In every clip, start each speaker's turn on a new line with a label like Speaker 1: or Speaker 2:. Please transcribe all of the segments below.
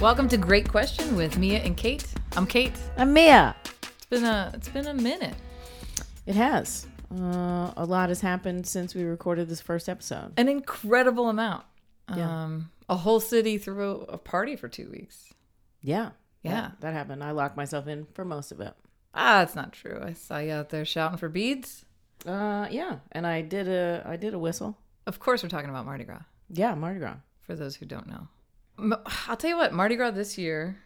Speaker 1: Welcome to Great Question with Mia and Kate. I'm Kate.
Speaker 2: I'm Uh, Mia.
Speaker 1: It's been a it's been a minute.
Speaker 2: It has. Uh, a lot has happened since we recorded this first episode.
Speaker 1: An incredible amount.
Speaker 2: Yeah.
Speaker 1: Um a whole city threw a party for 2 weeks.
Speaker 2: Yeah.
Speaker 1: Yeah.
Speaker 2: That, that happened. I locked myself in for most of it.
Speaker 1: Ah, it's not true. I saw you out there shouting for beads.
Speaker 2: Uh, yeah. And I did a I did a whistle.
Speaker 1: Of course we're talking about Mardi Gras
Speaker 2: Yeah, Mardi Gras.
Speaker 1: for those who don't know. M- I'll tell you what, Mardi Gras this year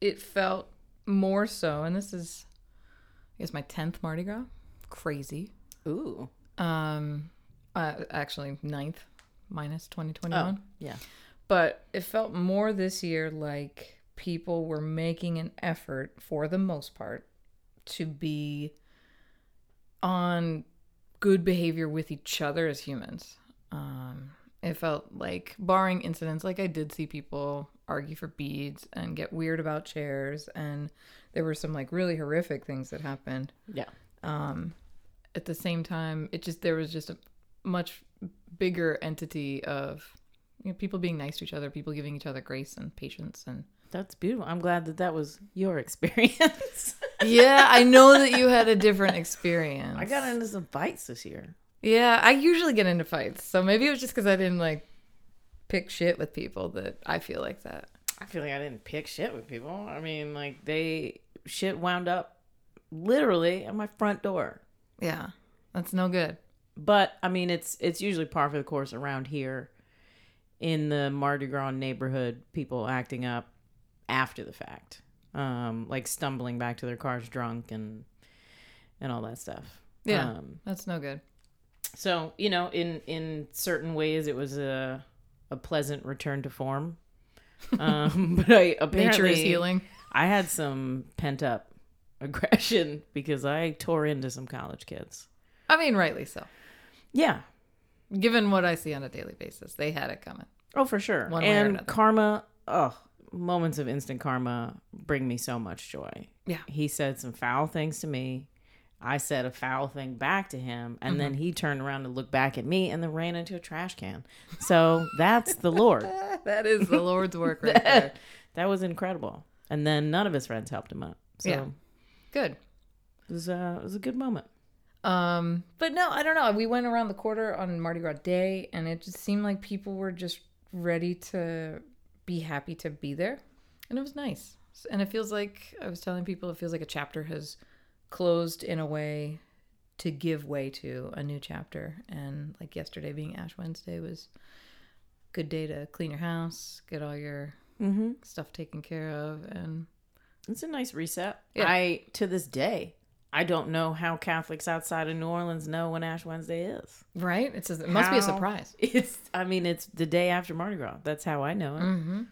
Speaker 1: it felt more so and this is I guess my 10th Mardi Gras. Crazy.
Speaker 2: Ooh.
Speaker 1: Um uh, actually 9th minus 2021.
Speaker 2: Yeah.
Speaker 1: but it felt more this year like people were making an effort for the most part to be on good behavior with each other as humans um, it felt like barring incidents like i did see people argue for beads and get weird about chairs and there were some like really horrific things that happened
Speaker 2: Yeah.
Speaker 1: um at the same time it just there was just a much bigger entity of you know, people being nice to each other people giving each other grace and patience and
Speaker 2: That's beautiful. I'm glad that that was your experience.
Speaker 1: yeah i know that you had a different experience
Speaker 2: I got into some fights this year.
Speaker 1: yeah i usually get into fights so maybe it was just because i didn't like pick shit with people that i feel like that
Speaker 2: I feel like I didn't pick shit with people. I mean, like they shit wound up literally at my front door.
Speaker 1: yeah that's no good
Speaker 2: but I mean, it's it's usually par for the course around here in the Mardi Gras neighborhood. People acting up after the fact, um, like stumbling back to their cars drunk and and all that stuff.
Speaker 1: Yeah.
Speaker 2: Um,
Speaker 1: that's no good
Speaker 2: so you know, in in certain ways, it was a a pleasant return to form. Um, but I
Speaker 1: nature
Speaker 2: apparently
Speaker 1: is healing
Speaker 2: I had some pent up aggression because I tore into some college kids.
Speaker 1: i mean rightly so
Speaker 2: Yeah,
Speaker 1: given what i see on a daily basis they had it coming
Speaker 2: Oh, for sure.
Speaker 1: One way or
Speaker 2: and
Speaker 1: another.
Speaker 2: karma, oh, moments of instant karma bring me so much joy.
Speaker 1: Yeah.
Speaker 2: He said some foul things to me. I said a foul thing back to him, and then
Speaker 1: Mm-hmm.
Speaker 2: he turned around to look back at me and then ran into a trash can. So that's the Lord.
Speaker 1: that is the lord's work right there
Speaker 2: That was incredible. And then none of his friends helped him up. So
Speaker 1: Yeah. good
Speaker 2: it was uh, it was a good moment.
Speaker 1: Um, but no, I don't know. We went around the quarter on Mardi Gras Day, and it just seemed like people were just ready to be happy to be there, and it was nice. And it feels like I was telling people, it feels like a chapter has closed in a way to give way to a new chapter. And like yesterday being Ash Wednesday was a good day to clean your house, get all your
Speaker 2: Mm-hmm.
Speaker 1: stuff taken care of, and
Speaker 2: It's a nice reset.
Speaker 1: Yeah.
Speaker 2: I to this day, I don't know how Catholics outside of New Orleans know when Ash Wednesday is.
Speaker 1: right. It says it must be a
Speaker 2: How-
Speaker 1: surprise.
Speaker 2: It's I mean it's the day after Mardi Gras. That's how I know it.
Speaker 1: Mm-hmm.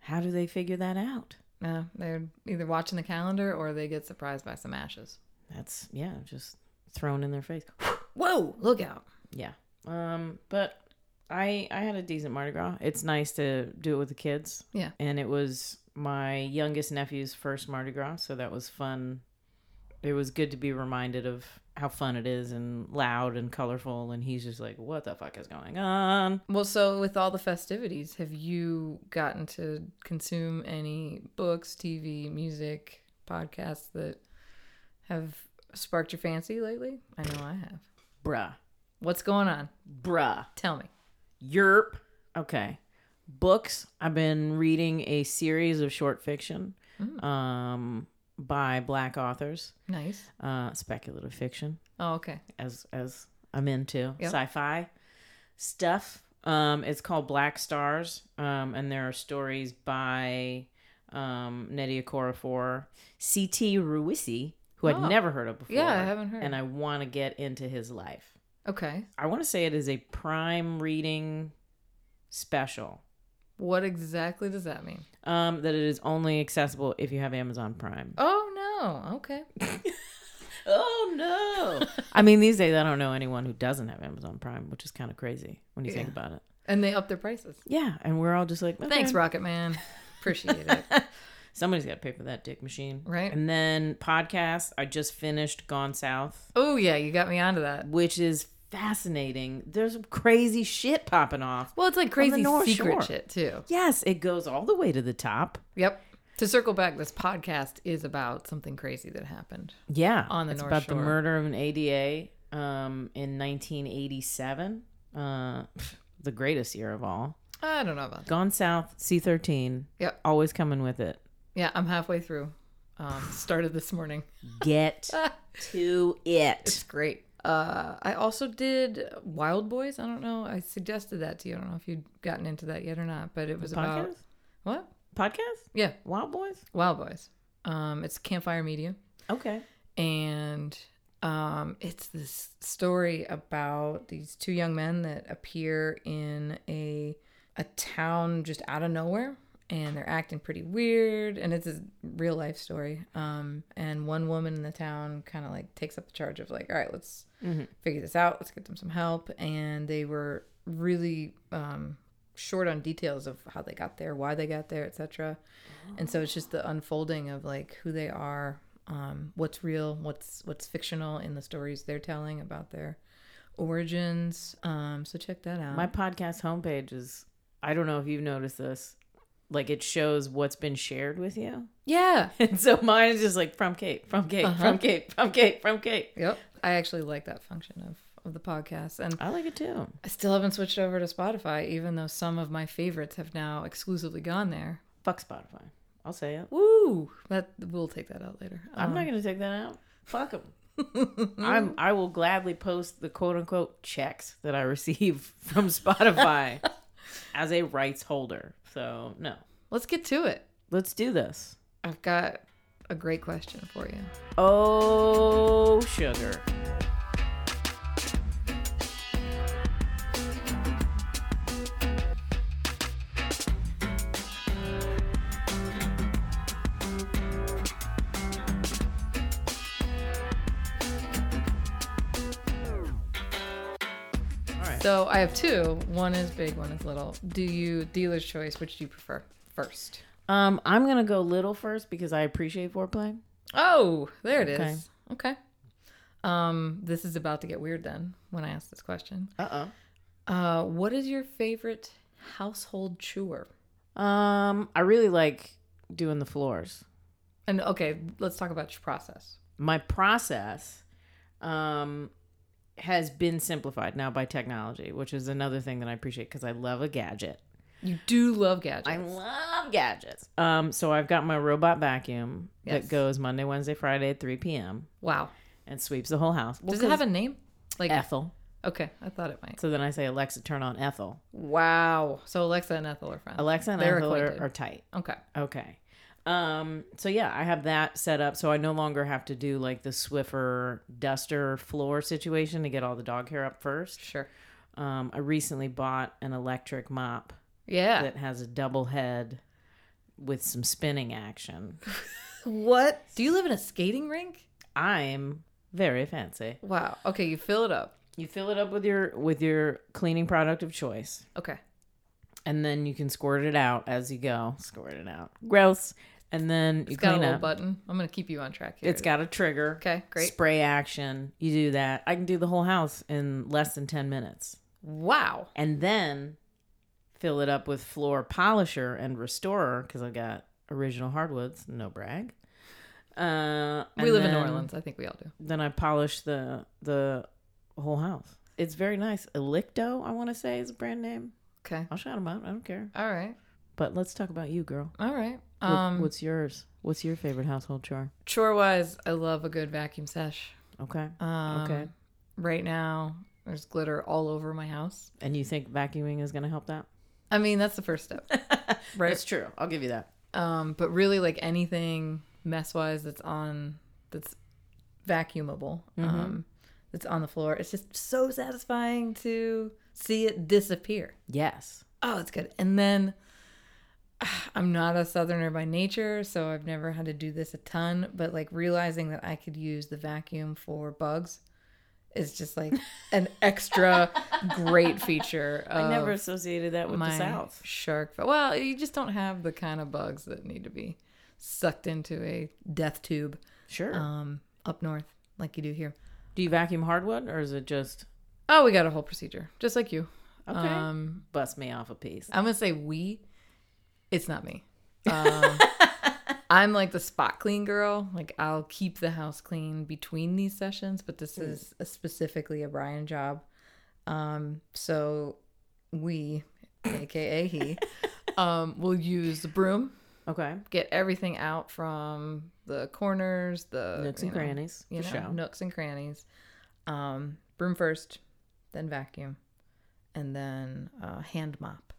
Speaker 2: How do they figure that out?
Speaker 1: No, they're either watching the calendar or they get surprised by some ashes.
Speaker 2: That's yeah, just thrown in their face.
Speaker 1: Whoa, look out.
Speaker 2: yeah. Um but I I had a decent Mardi Gras. It's nice to do it with the kids.
Speaker 1: Yeah.
Speaker 2: And it was my youngest nephew's first Mardi Gras, so that was fun. It was good to be reminded of how fun it is and loud and colorful and he's just like, What the fuck is going on?
Speaker 1: Well, so with all the festivities, have you gotten to consume any books, TV, music, podcasts that have sparked your fancy lately? I know I have.
Speaker 2: Bruh.
Speaker 1: What's going on?
Speaker 2: Bruh.
Speaker 1: Tell me.
Speaker 2: Yerp. Okay. Books. I've been reading a series of short fiction
Speaker 1: Mm.
Speaker 2: um, by black authors,
Speaker 1: Nice.
Speaker 2: uh, speculative fiction,
Speaker 1: Oh, okay.
Speaker 2: as as I'm into
Speaker 1: Yep.
Speaker 2: sci-fi stuff. Um, it's called Black Stars, um, and there are stories by um, Nnedi Okorafor, C.T. Ruisi, who
Speaker 1: Oh.
Speaker 2: I'd never heard of before.
Speaker 1: Yeah, I haven't heard.
Speaker 2: And I want to get into his life.
Speaker 1: okay.
Speaker 2: I want to say it is a prime reading special.
Speaker 1: What exactly does that mean?
Speaker 2: Um, that it is only accessible if you have Amazon Prime.
Speaker 1: Oh, no. Okay.
Speaker 2: Oh no! I mean, these days I don't know anyone who doesn't have Amazon Prime, which is kind of crazy when you think
Speaker 1: Yeah.
Speaker 2: about it.
Speaker 1: And they up their prices.
Speaker 2: Yeah, and we're all just like, okay.
Speaker 1: Thanks, Rocket Man. Appreciate it.
Speaker 2: Somebody's got to pay for that dick machine,
Speaker 1: Right.
Speaker 2: And then podcasts. I just finished Gone South,
Speaker 1: Oh, yeah. You got me onto that.
Speaker 2: which is fascinating. There's crazy shit popping off.
Speaker 1: Well, it's like crazy
Speaker 2: North
Speaker 1: secret
Speaker 2: Shore.
Speaker 1: shit too.
Speaker 2: Yes, it goes all the way to the top.
Speaker 1: Yep. To circle back, this podcast is about something crazy that happened.
Speaker 2: Yeah,
Speaker 1: On the
Speaker 2: it's
Speaker 1: North
Speaker 2: about the
Speaker 1: Shore.
Speaker 2: murder of an ADA um, in 1987, uh, the greatest year of all.
Speaker 1: I don't know about that.
Speaker 2: Gone South, C13.
Speaker 1: Yep.
Speaker 2: always coming with it.
Speaker 1: Yeah, I'm halfway through. Um, started this morning.
Speaker 2: Get to
Speaker 1: It's
Speaker 2: it.
Speaker 1: great. Uh, I also did Wild Boys. I don't know. I suggested that to you. I don't know if you'd gotten into that yet or not, but it was about
Speaker 2: Podcast?
Speaker 1: what?
Speaker 2: Podcast?
Speaker 1: Yeah,
Speaker 2: Wild Boys?
Speaker 1: Wild Boys. Um, it's Campfire Media.
Speaker 2: Okay.
Speaker 1: Uh-huh. and um, it's this story about these two young men that appear in a a town just out of nowhere, and they're acting pretty weird. And it's a real life story. Um, and one woman in the town kind of like takes up the charge of like, all right, let's figure this out. Let's get them some help. And they were really um, short on details of how they got there, why they got there, etc. And so it's just the unfolding of like who they are, um, what's real, what's what's fictional in the stories they're telling about their origins. Um, so check that out.
Speaker 2: My podcast homepage is, I don't know if you've noticed this, like it shows what's been shared with you.
Speaker 1: yeah.
Speaker 2: And so mine is just like from Kate, from Kate,
Speaker 1: Uh-huh.
Speaker 2: from Kate, from Kate, from Kate.
Speaker 1: Yep. I actually like that function of of the podcast and
Speaker 2: I like it too.
Speaker 1: I still haven't switched over to Spotify even though some of my favorites have now exclusively gone there.
Speaker 2: Fuck Spotify. I'll say it.
Speaker 1: Woo. That we'll take that out later.
Speaker 2: I'm
Speaker 1: Um,
Speaker 2: not going to take that out. Fuck them. I'm. I will gladly post the quote unquote checks that I receive from Spotify as a rights holder. So no,
Speaker 1: Let's get to it.
Speaker 2: let's do this.
Speaker 1: I've got a great question for you.
Speaker 2: Oh sugar.
Speaker 1: So I have two. One is big, one is little. Do you dealer's choice? Which do you prefer first?
Speaker 2: Um, I'm gonna go little first because I appreciate foreplay.
Speaker 1: Oh, there it is.
Speaker 2: Okay.
Speaker 1: okay. Um, this is about to get weird then when I ask this question.
Speaker 2: Uh
Speaker 1: Uh, what is your favorite household chore?
Speaker 2: oh. Um, I really like doing the floors.
Speaker 1: And okay, let's talk about your process.
Speaker 2: my process um, has been simplified now by technology, which is another thing that I appreciate because I love a gadget.
Speaker 1: You
Speaker 2: Mm.
Speaker 1: do love gadgets.
Speaker 2: I love gadgets. Um, so I've got my robot vacuum
Speaker 1: Yes.
Speaker 2: that goes Monday, Wednesday, Friday at 3 p.m.
Speaker 1: wow.
Speaker 2: and sweeps the whole house. Well,
Speaker 1: Does it have a name? Like
Speaker 2: Ethel?
Speaker 1: okay, I thought it might.
Speaker 2: So then I say, Alexa, turn on Ethel.
Speaker 1: Wow. So Alexa and Ethel are friends.
Speaker 2: Alexa and
Speaker 1: They're
Speaker 2: Ethel are,
Speaker 1: acquainted.
Speaker 2: are tight.
Speaker 1: okay.
Speaker 2: Okay. Um, so yeah, I have that set up so I no longer have to do like the Swiffer duster floor situation to get all the dog hair up first.
Speaker 1: Sure.
Speaker 2: Um, I recently bought an electric mop
Speaker 1: Yeah.
Speaker 2: that has a double head with some spinning action.
Speaker 1: What? Do you live in a skating rink?
Speaker 2: I'm very fancy.
Speaker 1: Wow. Okay, you fill it up.
Speaker 2: You fill it up with your with your cleaning product of choice,
Speaker 1: Okay.
Speaker 2: and then you can squirt it out as you go. Squirt it out. Gross. And then you
Speaker 1: It's got a
Speaker 2: clean
Speaker 1: little
Speaker 2: up.
Speaker 1: button. I'm gonna keep you on track here.
Speaker 2: It's got a trigger.
Speaker 1: okay, great.
Speaker 2: Spray action. You do that. I can do the whole house in less than ten minutes.
Speaker 1: Wow.
Speaker 2: and then fill it up with floor polisher and restorer because I've got original hardwoods. No brag. Uh,
Speaker 1: We
Speaker 2: and
Speaker 1: live in New
Speaker 2: then-
Speaker 1: Orleans. I think we all do.
Speaker 2: Then I polish the the whole house. It's very nice. Elicto, I want to say, is a brand name.
Speaker 1: Okay.
Speaker 2: I'll shout them out. I don't care.
Speaker 1: All right.
Speaker 2: But let's talk about you, girl.
Speaker 1: All right.
Speaker 2: What-
Speaker 1: Um,
Speaker 2: what's yours? What's your favorite household chore?
Speaker 1: chore wise, I love a good vacuum sesh.
Speaker 2: Okay.
Speaker 1: Um,
Speaker 2: Okay.
Speaker 1: Right now, there's glitter all over my house.
Speaker 2: And you think vacuuming is going to help that?
Speaker 1: I mean, that's the first step, right?
Speaker 2: That's true. I'll give you that.
Speaker 1: Um, but really, like anything mess wise that's on that's vacuumable,
Speaker 2: Mm-hmm.
Speaker 1: um, that's on the floor, it's just so satisfying to see it disappear.
Speaker 2: Yes.
Speaker 1: Oh, it's good. And then I'm not a southerner by nature, so I've never had to do this a ton, but like realizing that I could use the vacuum for bugs is just like an extra great feature. Of
Speaker 2: I never associated that with
Speaker 1: my
Speaker 2: the South.
Speaker 1: shark. Well, you just don't have the kind of bugs that need to be sucked into a death tube
Speaker 2: Sure.
Speaker 1: um, up north like you do here.
Speaker 2: Do you vacuum hardwood or is it just
Speaker 1: Oh, we got a whole procedure, just like you.
Speaker 2: Okay.
Speaker 1: Um,
Speaker 2: Bust me off a piece.
Speaker 1: I'm gonna say we. It's not me. Um, I'm like the spot clean girl. Like I'll keep the house clean between these sessions, but this is a- specifically a Brian job. Um, so we, aka he, um, will use the broom,
Speaker 2: Okay.
Speaker 1: get everything out from the corners, the
Speaker 2: Nooks and
Speaker 1: you know,
Speaker 2: crannies.
Speaker 1: you know,
Speaker 2: for sure.
Speaker 1: nooks and crannies. Um, broom first, then vacuum, and then uh, hand mop.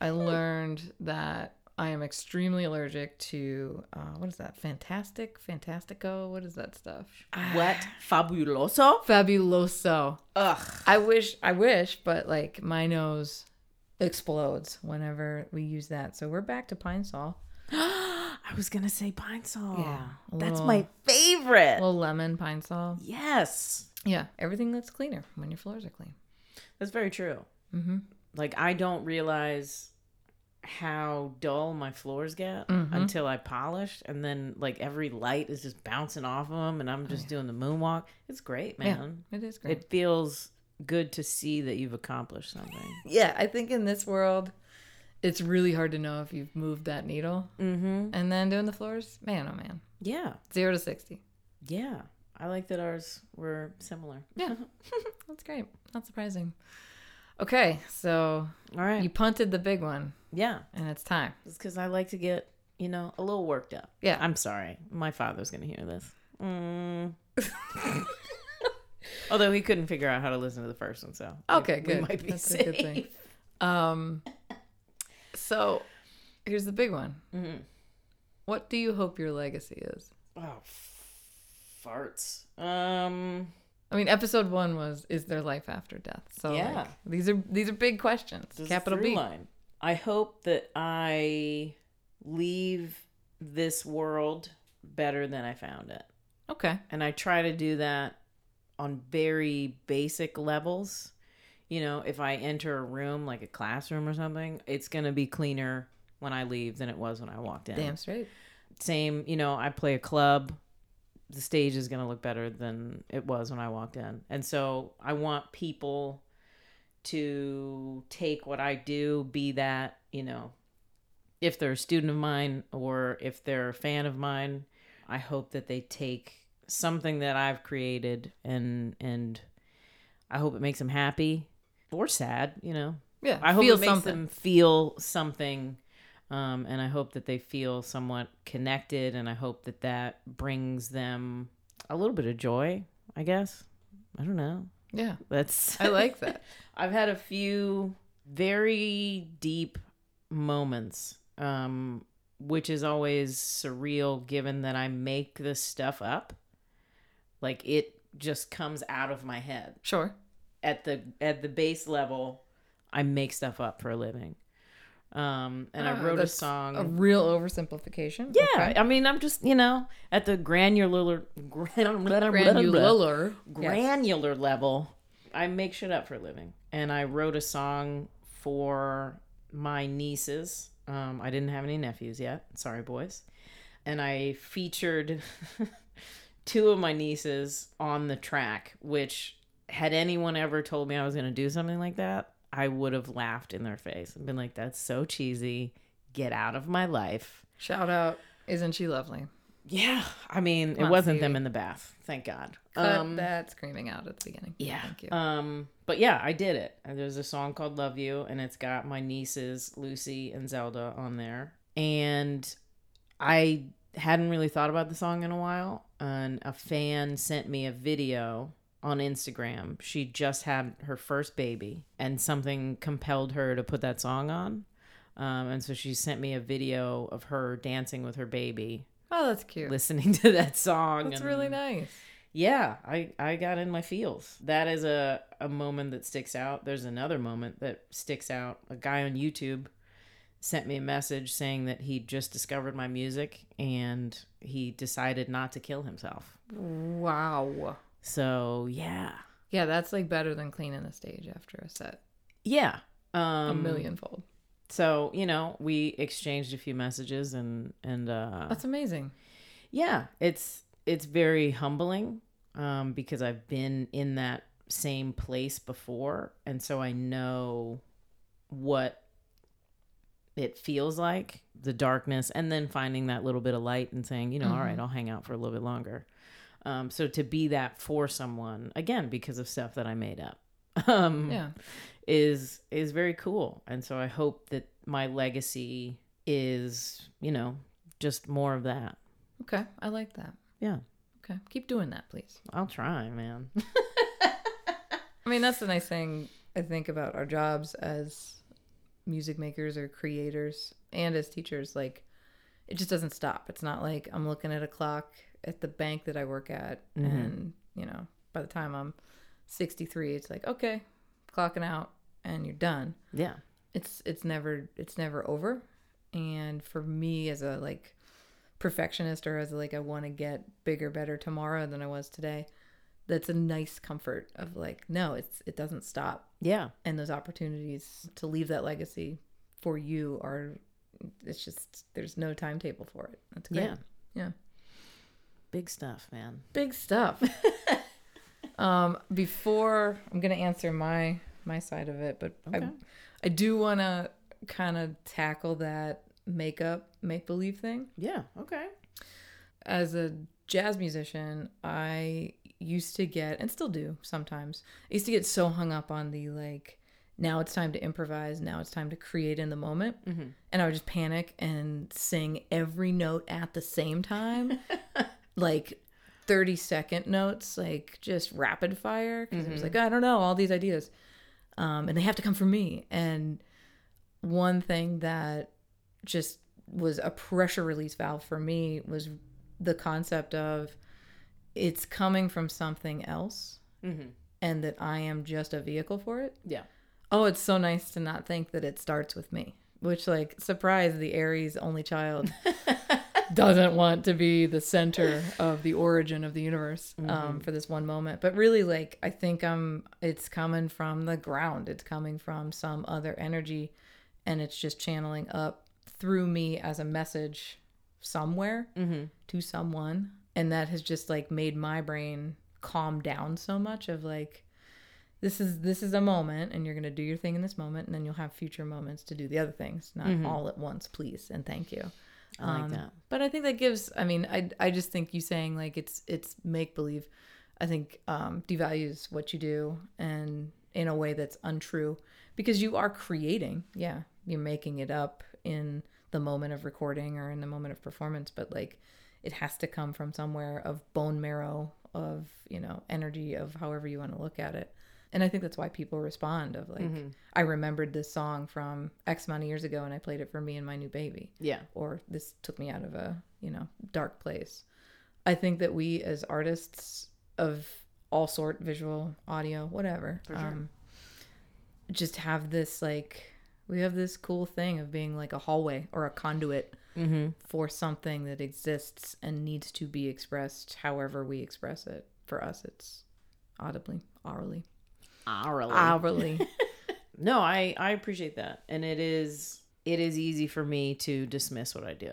Speaker 1: I
Speaker 2: Hmm.
Speaker 1: learned that I am extremely allergic to uh, what is that? Fantastic, Fantastico. What is that stuff?
Speaker 2: Wet fabuloso.
Speaker 1: Fabuloso.
Speaker 2: Ugh.
Speaker 1: I wish, I wish, but like my nose explodes whenever we use that. So we're back to Pine Sol.
Speaker 2: I was gonna say pine saw.
Speaker 1: Yeah, a
Speaker 2: That's
Speaker 1: little-
Speaker 2: my favorite.
Speaker 1: Little lemon Pine Sol.
Speaker 2: yes.
Speaker 1: Yeah, everything looks cleaner when your floors are clean.
Speaker 2: That's very true.
Speaker 1: Mm-hmm.
Speaker 2: Like I don't realize how dull my floors get
Speaker 1: Mhm.
Speaker 2: until I polish, and then like every light is just bouncing off of them, and I'm just doing the moonwalk. It's great,
Speaker 1: Yeah.
Speaker 2: man.
Speaker 1: It is great.
Speaker 2: It feels good to see that you've accomplished something.
Speaker 1: yeah, I think in this world, it's really hard to know if you've moved that needle.
Speaker 2: mm-hmm.
Speaker 1: And then doing the floors, man, oh man,
Speaker 2: Yeah,
Speaker 1: zero to 60.
Speaker 2: yeah. I like that ours were similar.
Speaker 1: Yeah, that's great. Not surprising. Okay, so
Speaker 2: All right.
Speaker 1: you punted the big one,
Speaker 2: yeah.
Speaker 1: and it's time.
Speaker 2: It's because I like to get, you know, a little worked up.
Speaker 1: Yeah.
Speaker 2: I'm sorry. My father's going to hear this. Mm. Although he couldn't figure out how to listen to the first one, so. we-
Speaker 1: Okay,
Speaker 2: we
Speaker 1: good.
Speaker 2: might be
Speaker 1: That's
Speaker 2: safe.
Speaker 1: a good thing. Um, so here's the big one.
Speaker 2: Mhm.
Speaker 1: What do you hope your legacy is?
Speaker 2: Oh, farts. Um,
Speaker 1: I mean, episode one was "Is there life after death?" So like,
Speaker 2: Yeah.
Speaker 1: these are these are big questions.
Speaker 2: this is
Speaker 1: Capital
Speaker 2: through
Speaker 1: B.
Speaker 2: Line. I hope that I leave this world better than I found it.
Speaker 1: Okay.
Speaker 2: and I try to do that on very basic levels. You know, if I enter a room like a classroom or something, it's going to be cleaner when I leave than it was when I walked in.
Speaker 1: Damn straight.
Speaker 2: Same, you know, I play a club, the stage is going to look better than it was when I walked in. And so I want people to take what I do, be that, you know, if they're a student of mine or if they're a fan of mine, I hope that they take something that I've created and and I hope it makes them happy or sad, you know.
Speaker 1: Yeah.
Speaker 2: I hope
Speaker 1: feel
Speaker 2: it makes
Speaker 1: something.
Speaker 2: them feel something, um, and I hope that they feel somewhat connected, and I hope that that brings them a little bit of joy. I guess I don't know.
Speaker 1: Yeah.
Speaker 2: That's
Speaker 1: I like that.
Speaker 2: I've had a few very deep moments, um, which is always surreal given that I make this stuff up. Like it just comes out of my head
Speaker 1: Sure.
Speaker 2: at the at the base level, I make stuff up for a living. Um, and I
Speaker 1: Ah,
Speaker 2: wrote a
Speaker 1: that's
Speaker 2: song.
Speaker 1: A real oversimplification.
Speaker 2: yeah,
Speaker 1: Okay.
Speaker 2: I mean, I'm just you know at the granular granular
Speaker 1: Granular. Yes.
Speaker 2: granular level. I make shit up for a living, and I wrote a song for my nieces. Um, I didn't have any nephews yet. Sorry, boys. And I featured two of my nieces on the track, which had anyone ever told me I was going to do something like that, I would have laughed in their face and been like, that's so cheesy. Get out of my life.
Speaker 1: Shout out. Isn't she lovely?
Speaker 2: Yeah. I mean, it
Speaker 1: on,
Speaker 2: wasn't
Speaker 1: Phoebe.
Speaker 2: them in the bath. Thank God.
Speaker 1: Cut that screaming out at the beginning.
Speaker 2: Um, Yeah.
Speaker 1: Thank you.
Speaker 2: Um, but yeah, I did it. And there's a song called Love You, and it's got my nieces, Lucy and Zelda, on there. And I hadn't really thought about the song in a while. And a fan sent me a video on Instagram. She just had her first baby, and something compelled her to put that song on. Um, and so she sent me a video of her dancing with her baby,
Speaker 1: oh, that's cute.
Speaker 2: listening to that song.
Speaker 1: That's really
Speaker 2: and-
Speaker 1: nice.
Speaker 2: yeah, I, I got in my feels. That is a, a moment that sticks out. There's another moment that sticks out. A guy on YouTube sent me a message saying that he just discovered my music and he decided not to kill himself.
Speaker 1: Wow.
Speaker 2: So, yeah.
Speaker 1: Yeah, that's like better than cleaning the stage after a set.
Speaker 2: Yeah. Um,
Speaker 1: A million fold.
Speaker 2: So, you know, we exchanged a few messages and, and, uh,
Speaker 1: That's amazing.
Speaker 2: yeah it's it's very humbling um because i've been in that same place before, and so I know what it feels like the darkness and then finding that little bit of light and saying you know all right i'll hang out for a little bit longer um, so to be that for someone again because of stuff that i made up um,
Speaker 1: Yeah.
Speaker 2: is is very cool and so i hope that my legacy is you know just more of that
Speaker 1: Okay. I like that.
Speaker 2: yeah
Speaker 1: Okay. Keep doing that, please.
Speaker 2: i'll try man
Speaker 1: I mean, that's the nice thing I think about our jobs as music makers or creators and as teachers. Like, it just doesn't stop. It's not like I'm looking at a clock at the bank that I work at, and you know, by the time I'm 63, it's like okay, clocking out, and you're done.
Speaker 2: yeah
Speaker 1: It's it's never it's never over. And for me, as a like perfectionist or as like I want to get bigger, better tomorrow than I was today, that's a nice comfort of like no, it's it doesn't stop
Speaker 2: yeah
Speaker 1: and those opportunities to leave that legacy for you are it's just there's no timetable for it that's great
Speaker 2: Yeah.
Speaker 1: yeah
Speaker 2: big stuff man
Speaker 1: big stuff um before i'm gonna answer my my side of it but i
Speaker 2: Okay.
Speaker 1: i do want to kind of tackle that makeup make believe thing
Speaker 2: yeah okay
Speaker 1: as a jazz musician, I used to get and still do sometimes. I used to get so hung up on the like now it's time to improvise, now it's time to create in the moment. And I would just panic and sing every note at the same time. like 30 second notes, like just rapid fire because it was like, I don't know, all these ideas. Um, and they have to come from me. And one thing that just was a pressure release valve for me was the concept of it's coming from something else
Speaker 2: mm-hmm.
Speaker 1: and that I am just a vehicle for it.
Speaker 2: yeah
Speaker 1: Oh, it's so nice to not think that it starts with me, which, like, surprise, the Aries only child doesn't want to be the center of the origin of the universe
Speaker 2: Mm-hmm.
Speaker 1: um, for this one moment. But really, like, I think I'm, it's coming from the ground, it's coming from some other energy, and it's just channeling up through me as a message somewhere
Speaker 2: mm-hmm.
Speaker 1: to someone and that has just like made my brain calm down so much of like this is this is a moment and you're going to do your thing in this moment and then you'll have future moments to do the other things not all at once please and thank you
Speaker 2: Mm-hmm. i
Speaker 1: Um,
Speaker 2: like that
Speaker 1: but i think that gives i mean i i just think you saying like it's it's make believe i think um devalues what you do and in a way that's untrue because you are creating yeah you're making it up in the moment of recording or in the moment of performance but like it has to come from somewhere of bone marrow of you know energy of however you want to look at it and i think that's why people respond of like i remembered this song from x amount of years ago and i played it for me and my new baby
Speaker 2: yeah
Speaker 1: or this took me out of a you know dark place i think that we as artists of all sort visual audio whatever um, just have this like we have this cool thing of being like a hallway or a conduit
Speaker 2: mm-hmm.
Speaker 1: for something that exists and needs to be expressed however we express it for us it's audibly orally hourly
Speaker 2: no i i appreciate that and it is it is easy for me to dismiss what i do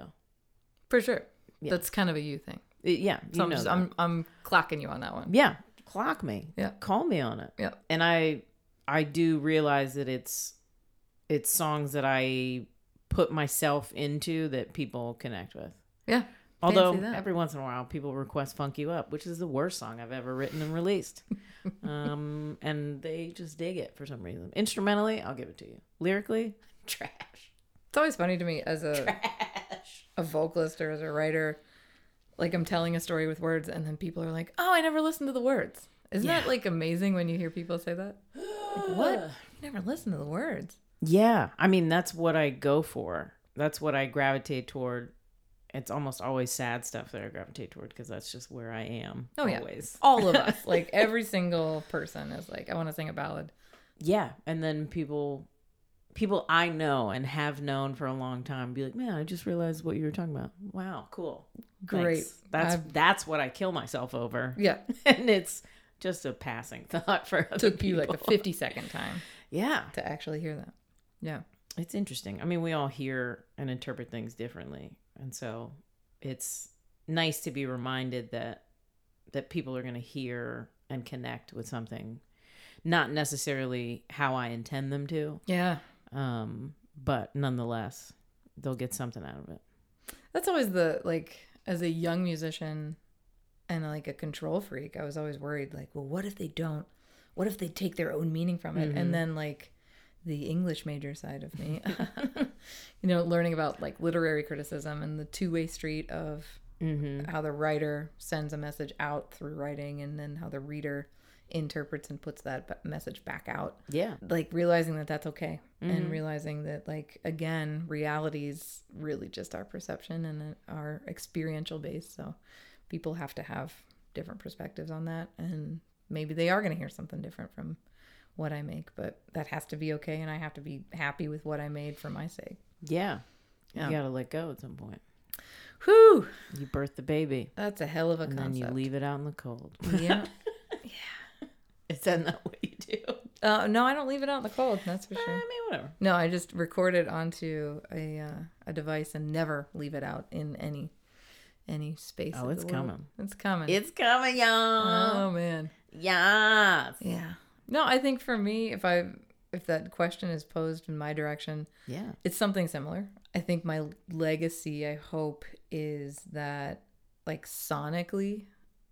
Speaker 1: for sure
Speaker 2: Yeah.
Speaker 1: that's kind of a you thing
Speaker 2: It- yeah you
Speaker 1: so I'm,
Speaker 2: know
Speaker 1: just,
Speaker 2: that.
Speaker 1: I'm, I'm clocking you on that one
Speaker 2: yeah clock me
Speaker 1: Yeah.
Speaker 2: call me on it
Speaker 1: Yeah.
Speaker 2: and i i do realize that it's it's songs that i put myself into that people connect with
Speaker 1: yeah
Speaker 2: although
Speaker 1: that.
Speaker 2: every once in a while people request funk you up which is the worst song i've ever written and released um and they just dig it for some reason instrumentally i'll give it to you lyrically trash
Speaker 1: It's always funny to me as a,
Speaker 2: trash
Speaker 1: a vocalist or as a writer, like I'm telling a story with words and then people are like, oh, I never listened to the words. Isn't that
Speaker 2: Yeah.
Speaker 1: like amazing when you hear people say that? Like, what? You never listened to the words.
Speaker 2: Yeah. I mean, that's what I go for. That's what I gravitate toward. It's almost always sad stuff that I gravitate toward because that's just where I am.
Speaker 1: Oh, yeah.
Speaker 2: Always.
Speaker 1: All of us, like every single person is like, I want to sing a ballad.
Speaker 2: Yeah. And then people people I know and have known for a long time be like, Man, I just realized what you were talking about. Wow, cool.
Speaker 1: Great.
Speaker 2: Thanks. That's
Speaker 1: I've-
Speaker 2: that's what I kill myself over.
Speaker 1: Yeah.
Speaker 2: and it's just a passing thought for other
Speaker 1: Took you like
Speaker 2: people.
Speaker 1: a 50 second time
Speaker 2: Yeah.
Speaker 1: to actually hear that. Yeah.
Speaker 2: It's interesting. I mean, we all hear and interpret things differently. And so it's nice to be reminded that that people are going to hear and connect with something not necessarily how I intend them to.
Speaker 1: Yeah.
Speaker 2: Um, but nonetheless, they'll get something out of it.
Speaker 1: That's always the like as a young musician and like a control freak, I was always worried like, well, what if they don't? What if they take their own meaning from it? And then like the English major side of me, you know, learning about like literary criticism and the two-way street of
Speaker 2: Mm-hmm.
Speaker 1: how the writer sends a message out through writing and then how the reader interprets and puts that b- message back out
Speaker 2: Yeah.
Speaker 1: like realizing that that's okay and
Speaker 2: Mm-hmm.
Speaker 1: realizing that like again reality is really just our perception and uh, our experiential base so people have to have different perspectives on that and maybe they are going to hear something different from what i make but that has to be okay and i have to be happy with what i made for my sake
Speaker 2: Yeah.
Speaker 1: Yeah.
Speaker 2: You got to let go at some point.
Speaker 1: whew
Speaker 2: You birth the baby
Speaker 1: that's a hell of a
Speaker 2: and
Speaker 1: concept
Speaker 2: then you leave it out in the cold.
Speaker 1: yeah
Speaker 2: Is that not what you do?
Speaker 1: uh, no i don't leave it out in the cold that's for
Speaker 2: I
Speaker 1: sure
Speaker 2: mean, whatever.
Speaker 1: No, I just record it onto a uh, a device and never leave it out in any any space.
Speaker 2: Oh,
Speaker 1: of
Speaker 2: it's
Speaker 1: the world.
Speaker 2: coming.
Speaker 1: It's coming.
Speaker 2: It's coming, y'all.
Speaker 1: oh man.
Speaker 2: yes.
Speaker 1: Yeah. No, I think for me, if I if that question is posed in my direction,
Speaker 2: Yeah.
Speaker 1: it's something similar. I think my legacy, I hope, is that like sonically,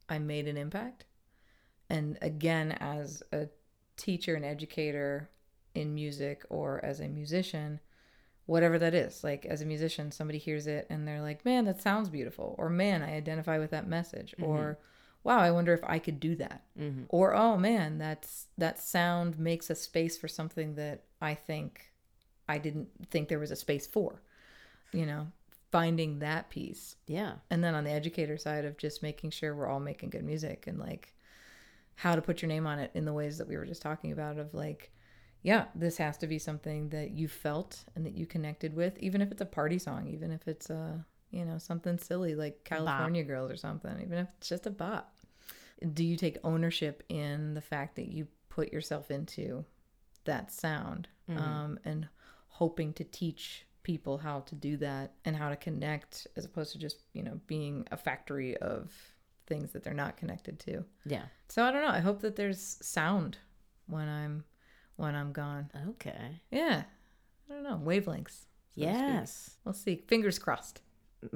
Speaker 1: I made an impact. And again, as a teacher and educator in music or as a musician, whatever that is, like as a musician, somebody hears it and they're like, man, that sounds beautiful. Or man, I identify with that message. Or wow, I wonder if I could do that
Speaker 2: Mm-hmm.
Speaker 1: or oh man that's that sound makes a space for something that i think i didn't think there was a space for you know finding that piece
Speaker 2: Yeah.
Speaker 1: and then on the educator side of just making sure we're all making good music and like how to put your name on it in the ways that we were just talking about of like yeah this has to be something that you felt and that you connected with even if it's a party song even if it's a you know something silly like california girls or something even if it's just a bop do you take ownership in the fact that you put yourself into that sound um, and hoping to teach people how to do that and how to connect as opposed to just you know being a factory of things that they're not connected to
Speaker 2: Yeah.
Speaker 1: so i don't know i hope that there's sound when i'm when i'm gone
Speaker 2: Okay.
Speaker 1: yeah i don't know wavelengths
Speaker 2: Yes.
Speaker 1: we'll see fingers crossed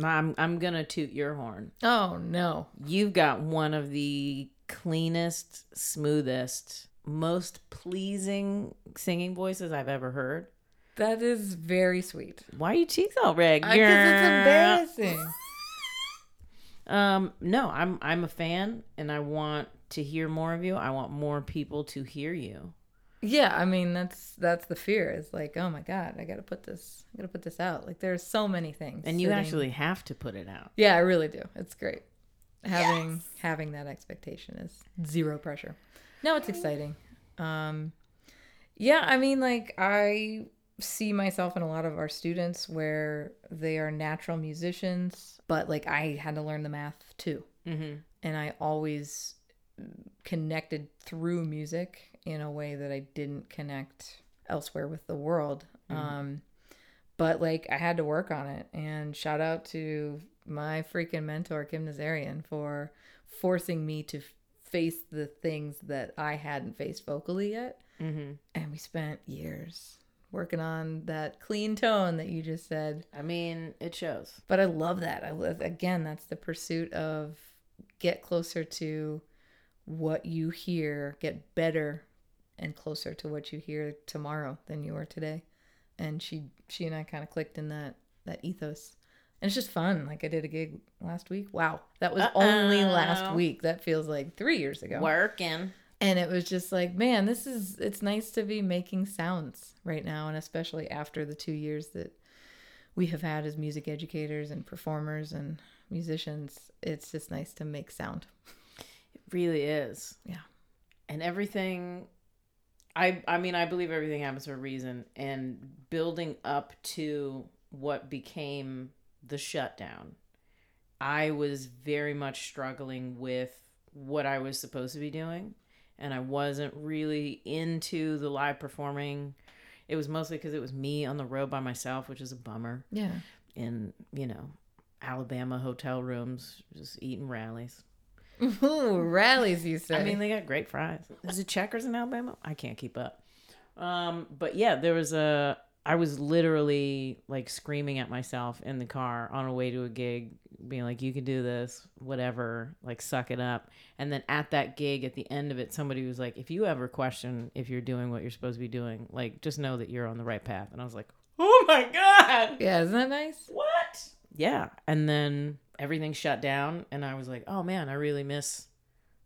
Speaker 2: I'm I'm gonna toot your horn.
Speaker 1: oh no
Speaker 2: You've got one of the cleanest, smoothest, most pleasing singing voices I've ever heard.
Speaker 1: that is very sweet
Speaker 2: Why are your cheeks all red?
Speaker 1: because it's embarrassing
Speaker 2: Um, no, I'm I'm a fan, and I want to hear more of you. I want more people to hear you.
Speaker 1: Yeah, I mean that's that's the fear. It's like, oh my god, I gotta put this, I gotta put this out. Like there's so many things,
Speaker 2: And you
Speaker 1: sitting-
Speaker 2: actually have to put it out.
Speaker 1: yeah, I really do. It's great having having that expectation is zero pressure. No, it's exciting. Um, yeah, I mean, like I see myself in a lot of our students where they are natural musicians, but like I had to learn the math too
Speaker 2: Mm-hmm.
Speaker 1: and I always connected through music in a way that I didn't connect elsewhere with the world. Um, but like I had to work on it. And shout out to my freaking mentor Kim Nazarian for forcing me to f- face the things that I hadn't faced vocally yet.
Speaker 2: Mm-hmm.
Speaker 1: And we spent years working on that clean tone that you just said
Speaker 2: I mean, it shows.
Speaker 1: but i love that i love again that's the pursuit of get closer to what you hear get better and closer to what you hear tomorrow than you are today and she she and i kind of clicked in that that ethos and it's just fun like i did a gig last week wow that was only last
Speaker 2: Uh-oh.
Speaker 1: week that feels like three years ago
Speaker 2: Working.
Speaker 1: and it was just like man this is it's nice to be making sounds right now and especially after the two years that we have had as music educators and performers and musicians it's just nice to make sound
Speaker 2: really is.
Speaker 1: Yeah.
Speaker 2: And everything I I mean I believe everything happens for a reason and building up to what became the shutdown. I was very much struggling with what I was supposed to be doing and I wasn't really into the live performing. It was mostly cuz it was me on the road by myself, which is a bummer
Speaker 1: yeah
Speaker 2: in you know Alabama hotel rooms, just eating rallies.
Speaker 1: Ooh, rallies, you say.
Speaker 2: I mean, they got great fries. Is it Checkers in Alabama? I can't keep up. Um, but yeah, there was a. I was literally like screaming at myself in the car on a way to a gig, being like, "You can do this, whatever, like suck it up." And then at that gig, at the end of it, somebody was like, "If you ever question if you're doing what you're supposed to be doing, like just know that you're on the right path." And I was like, "Oh my god!"
Speaker 1: yeah, isn't that nice?
Speaker 2: What? Yeah. And then everything shut down, and I was like, oh man, I really miss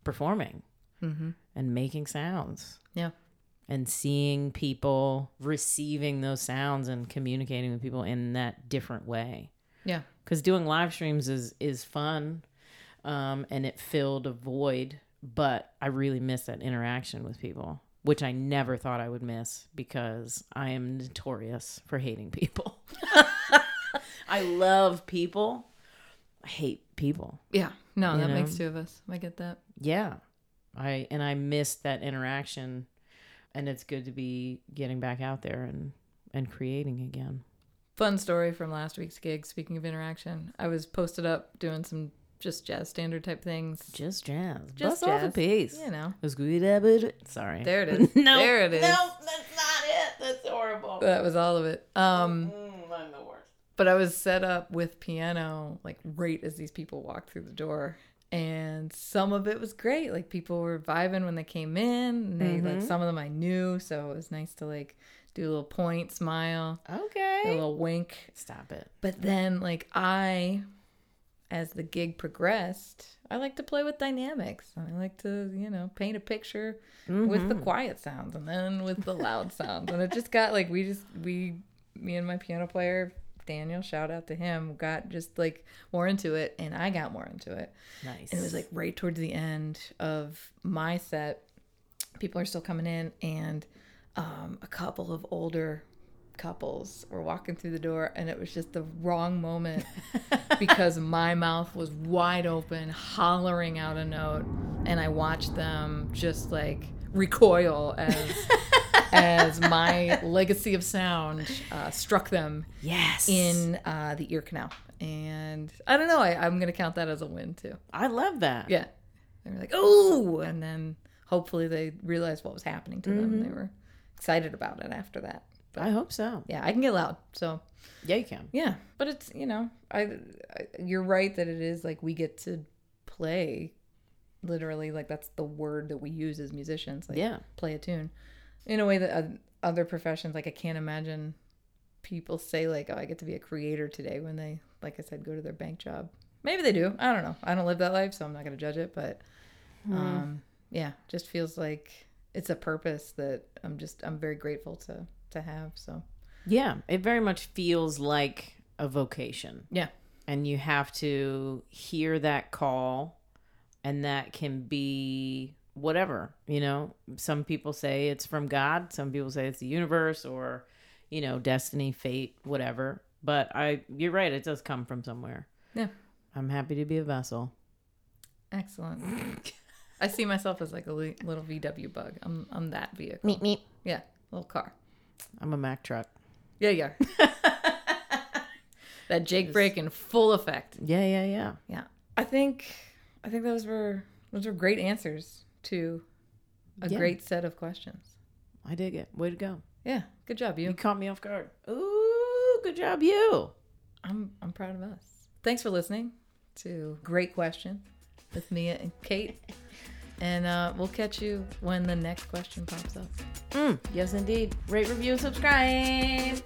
Speaker 2: performing
Speaker 1: Mm-hmm.
Speaker 2: and making sounds.
Speaker 1: Yeah.
Speaker 2: And seeing people receiving those sounds and communicating with people in that different way.
Speaker 1: Yeah.
Speaker 2: Because doing live streams is is fun, um, and it filled a void. But I really miss that interaction with people, which I never thought I would miss because I am notorious for hating people. I love people. I hate people.
Speaker 1: Yeah. No,
Speaker 2: You
Speaker 1: that
Speaker 2: know?
Speaker 1: makes two of us. I get that.
Speaker 2: Yeah. I and I missed that interaction and it's good to be getting back out there and and creating again.
Speaker 1: Fun story from last week's gig. Speaking of interaction, I was posted up doing some just jazz standard type things.
Speaker 2: Just jazz.
Speaker 1: Just
Speaker 2: Just off a
Speaker 1: jazz.
Speaker 2: piece.
Speaker 1: You know,
Speaker 2: Let's go get that bit- Sorry.
Speaker 1: There it is.
Speaker 2: no.
Speaker 1: There it is.
Speaker 2: No, that's not it. That's horrible.
Speaker 1: that was all of it. Um,
Speaker 2: Mm, I'm the worst.
Speaker 1: but I was set up with piano like right as these people walked through the door. And some of it was great. Like people were vibing when they came in. And they like
Speaker 2: Mhm.
Speaker 1: some of them I knew, so it was nice to like do a little point, smile,
Speaker 2: Okay.
Speaker 1: a little wink.
Speaker 2: Stop it.
Speaker 1: But then, like, I, as the gig progressed, I like to play with dynamics. I like to, you know, paint a picture with the quiet sounds and then with the loud sounds. And it just got like, we just, we, me and my piano player, Daniel, shout out to him, got just like more into it. And I got more into it.
Speaker 2: Nice.
Speaker 1: And it was like right towards the end of my set. People are still coming in, and um, a couple of older couples were walking through the door, and it was just the wrong moment because my mouth was wide open, hollering out a note, and I watched them just like recoil as as my legacy of sound uh, struck them
Speaker 2: Yes.
Speaker 1: in uh, the ear canal. And I don't know, I, I'm gonna count that as a win too.
Speaker 2: I love that.
Speaker 1: Yeah. They were like, oh, and then hopefully they realized what was happening to them. They were excited about it after that. But
Speaker 2: I hope so.
Speaker 1: yeah, I can get loud. So
Speaker 2: Yeah, you can.
Speaker 1: yeah, but it's you know, I, I you're right that it is like we get to play, literally like that's the word that we use as musicians. Like,
Speaker 2: Yeah.
Speaker 1: play a tune, in a way that uh, other professions like I can't imagine people say like oh I get to be a creator today when they like I said go to their bank job. Maybe they do. I don't know. I don't live that life, so I'm not gonna judge it. But um, yeah, just feels like it's a purpose that I'm just I'm very grateful to to have. So
Speaker 2: Yeah, it very much feels like a vocation.
Speaker 1: Yeah.
Speaker 2: And you have to hear that call, and that can be whatever, you know. Some people say it's from God, some people say it's the universe or, you know, destiny, fate, whatever. But I you're right, it does come from somewhere.
Speaker 1: Yeah.
Speaker 2: I'm happy to be a vessel.
Speaker 1: excellent. I see myself as like a li- little VW bug. I'm I'm that vehicle.
Speaker 2: Meet meet.
Speaker 1: Yeah, little car.
Speaker 2: I'm a Mack truck.
Speaker 1: Yeah, yeah. that Jake break in full effect.
Speaker 2: Yeah, yeah, yeah.
Speaker 1: Yeah. I think I think those were those were great answers to a
Speaker 2: Yeah.
Speaker 1: great set of questions.
Speaker 2: I dig it. Way to go.
Speaker 1: Yeah. Good job, you.
Speaker 2: You caught me off guard. Ooh, good job you.
Speaker 1: I'm I'm proud of us. Thanks for listening to Great Question with Mia and Kate. And uh, we'll catch you when the next question pops up.
Speaker 2: Mm, yes, indeed. Rate, review, subscribe.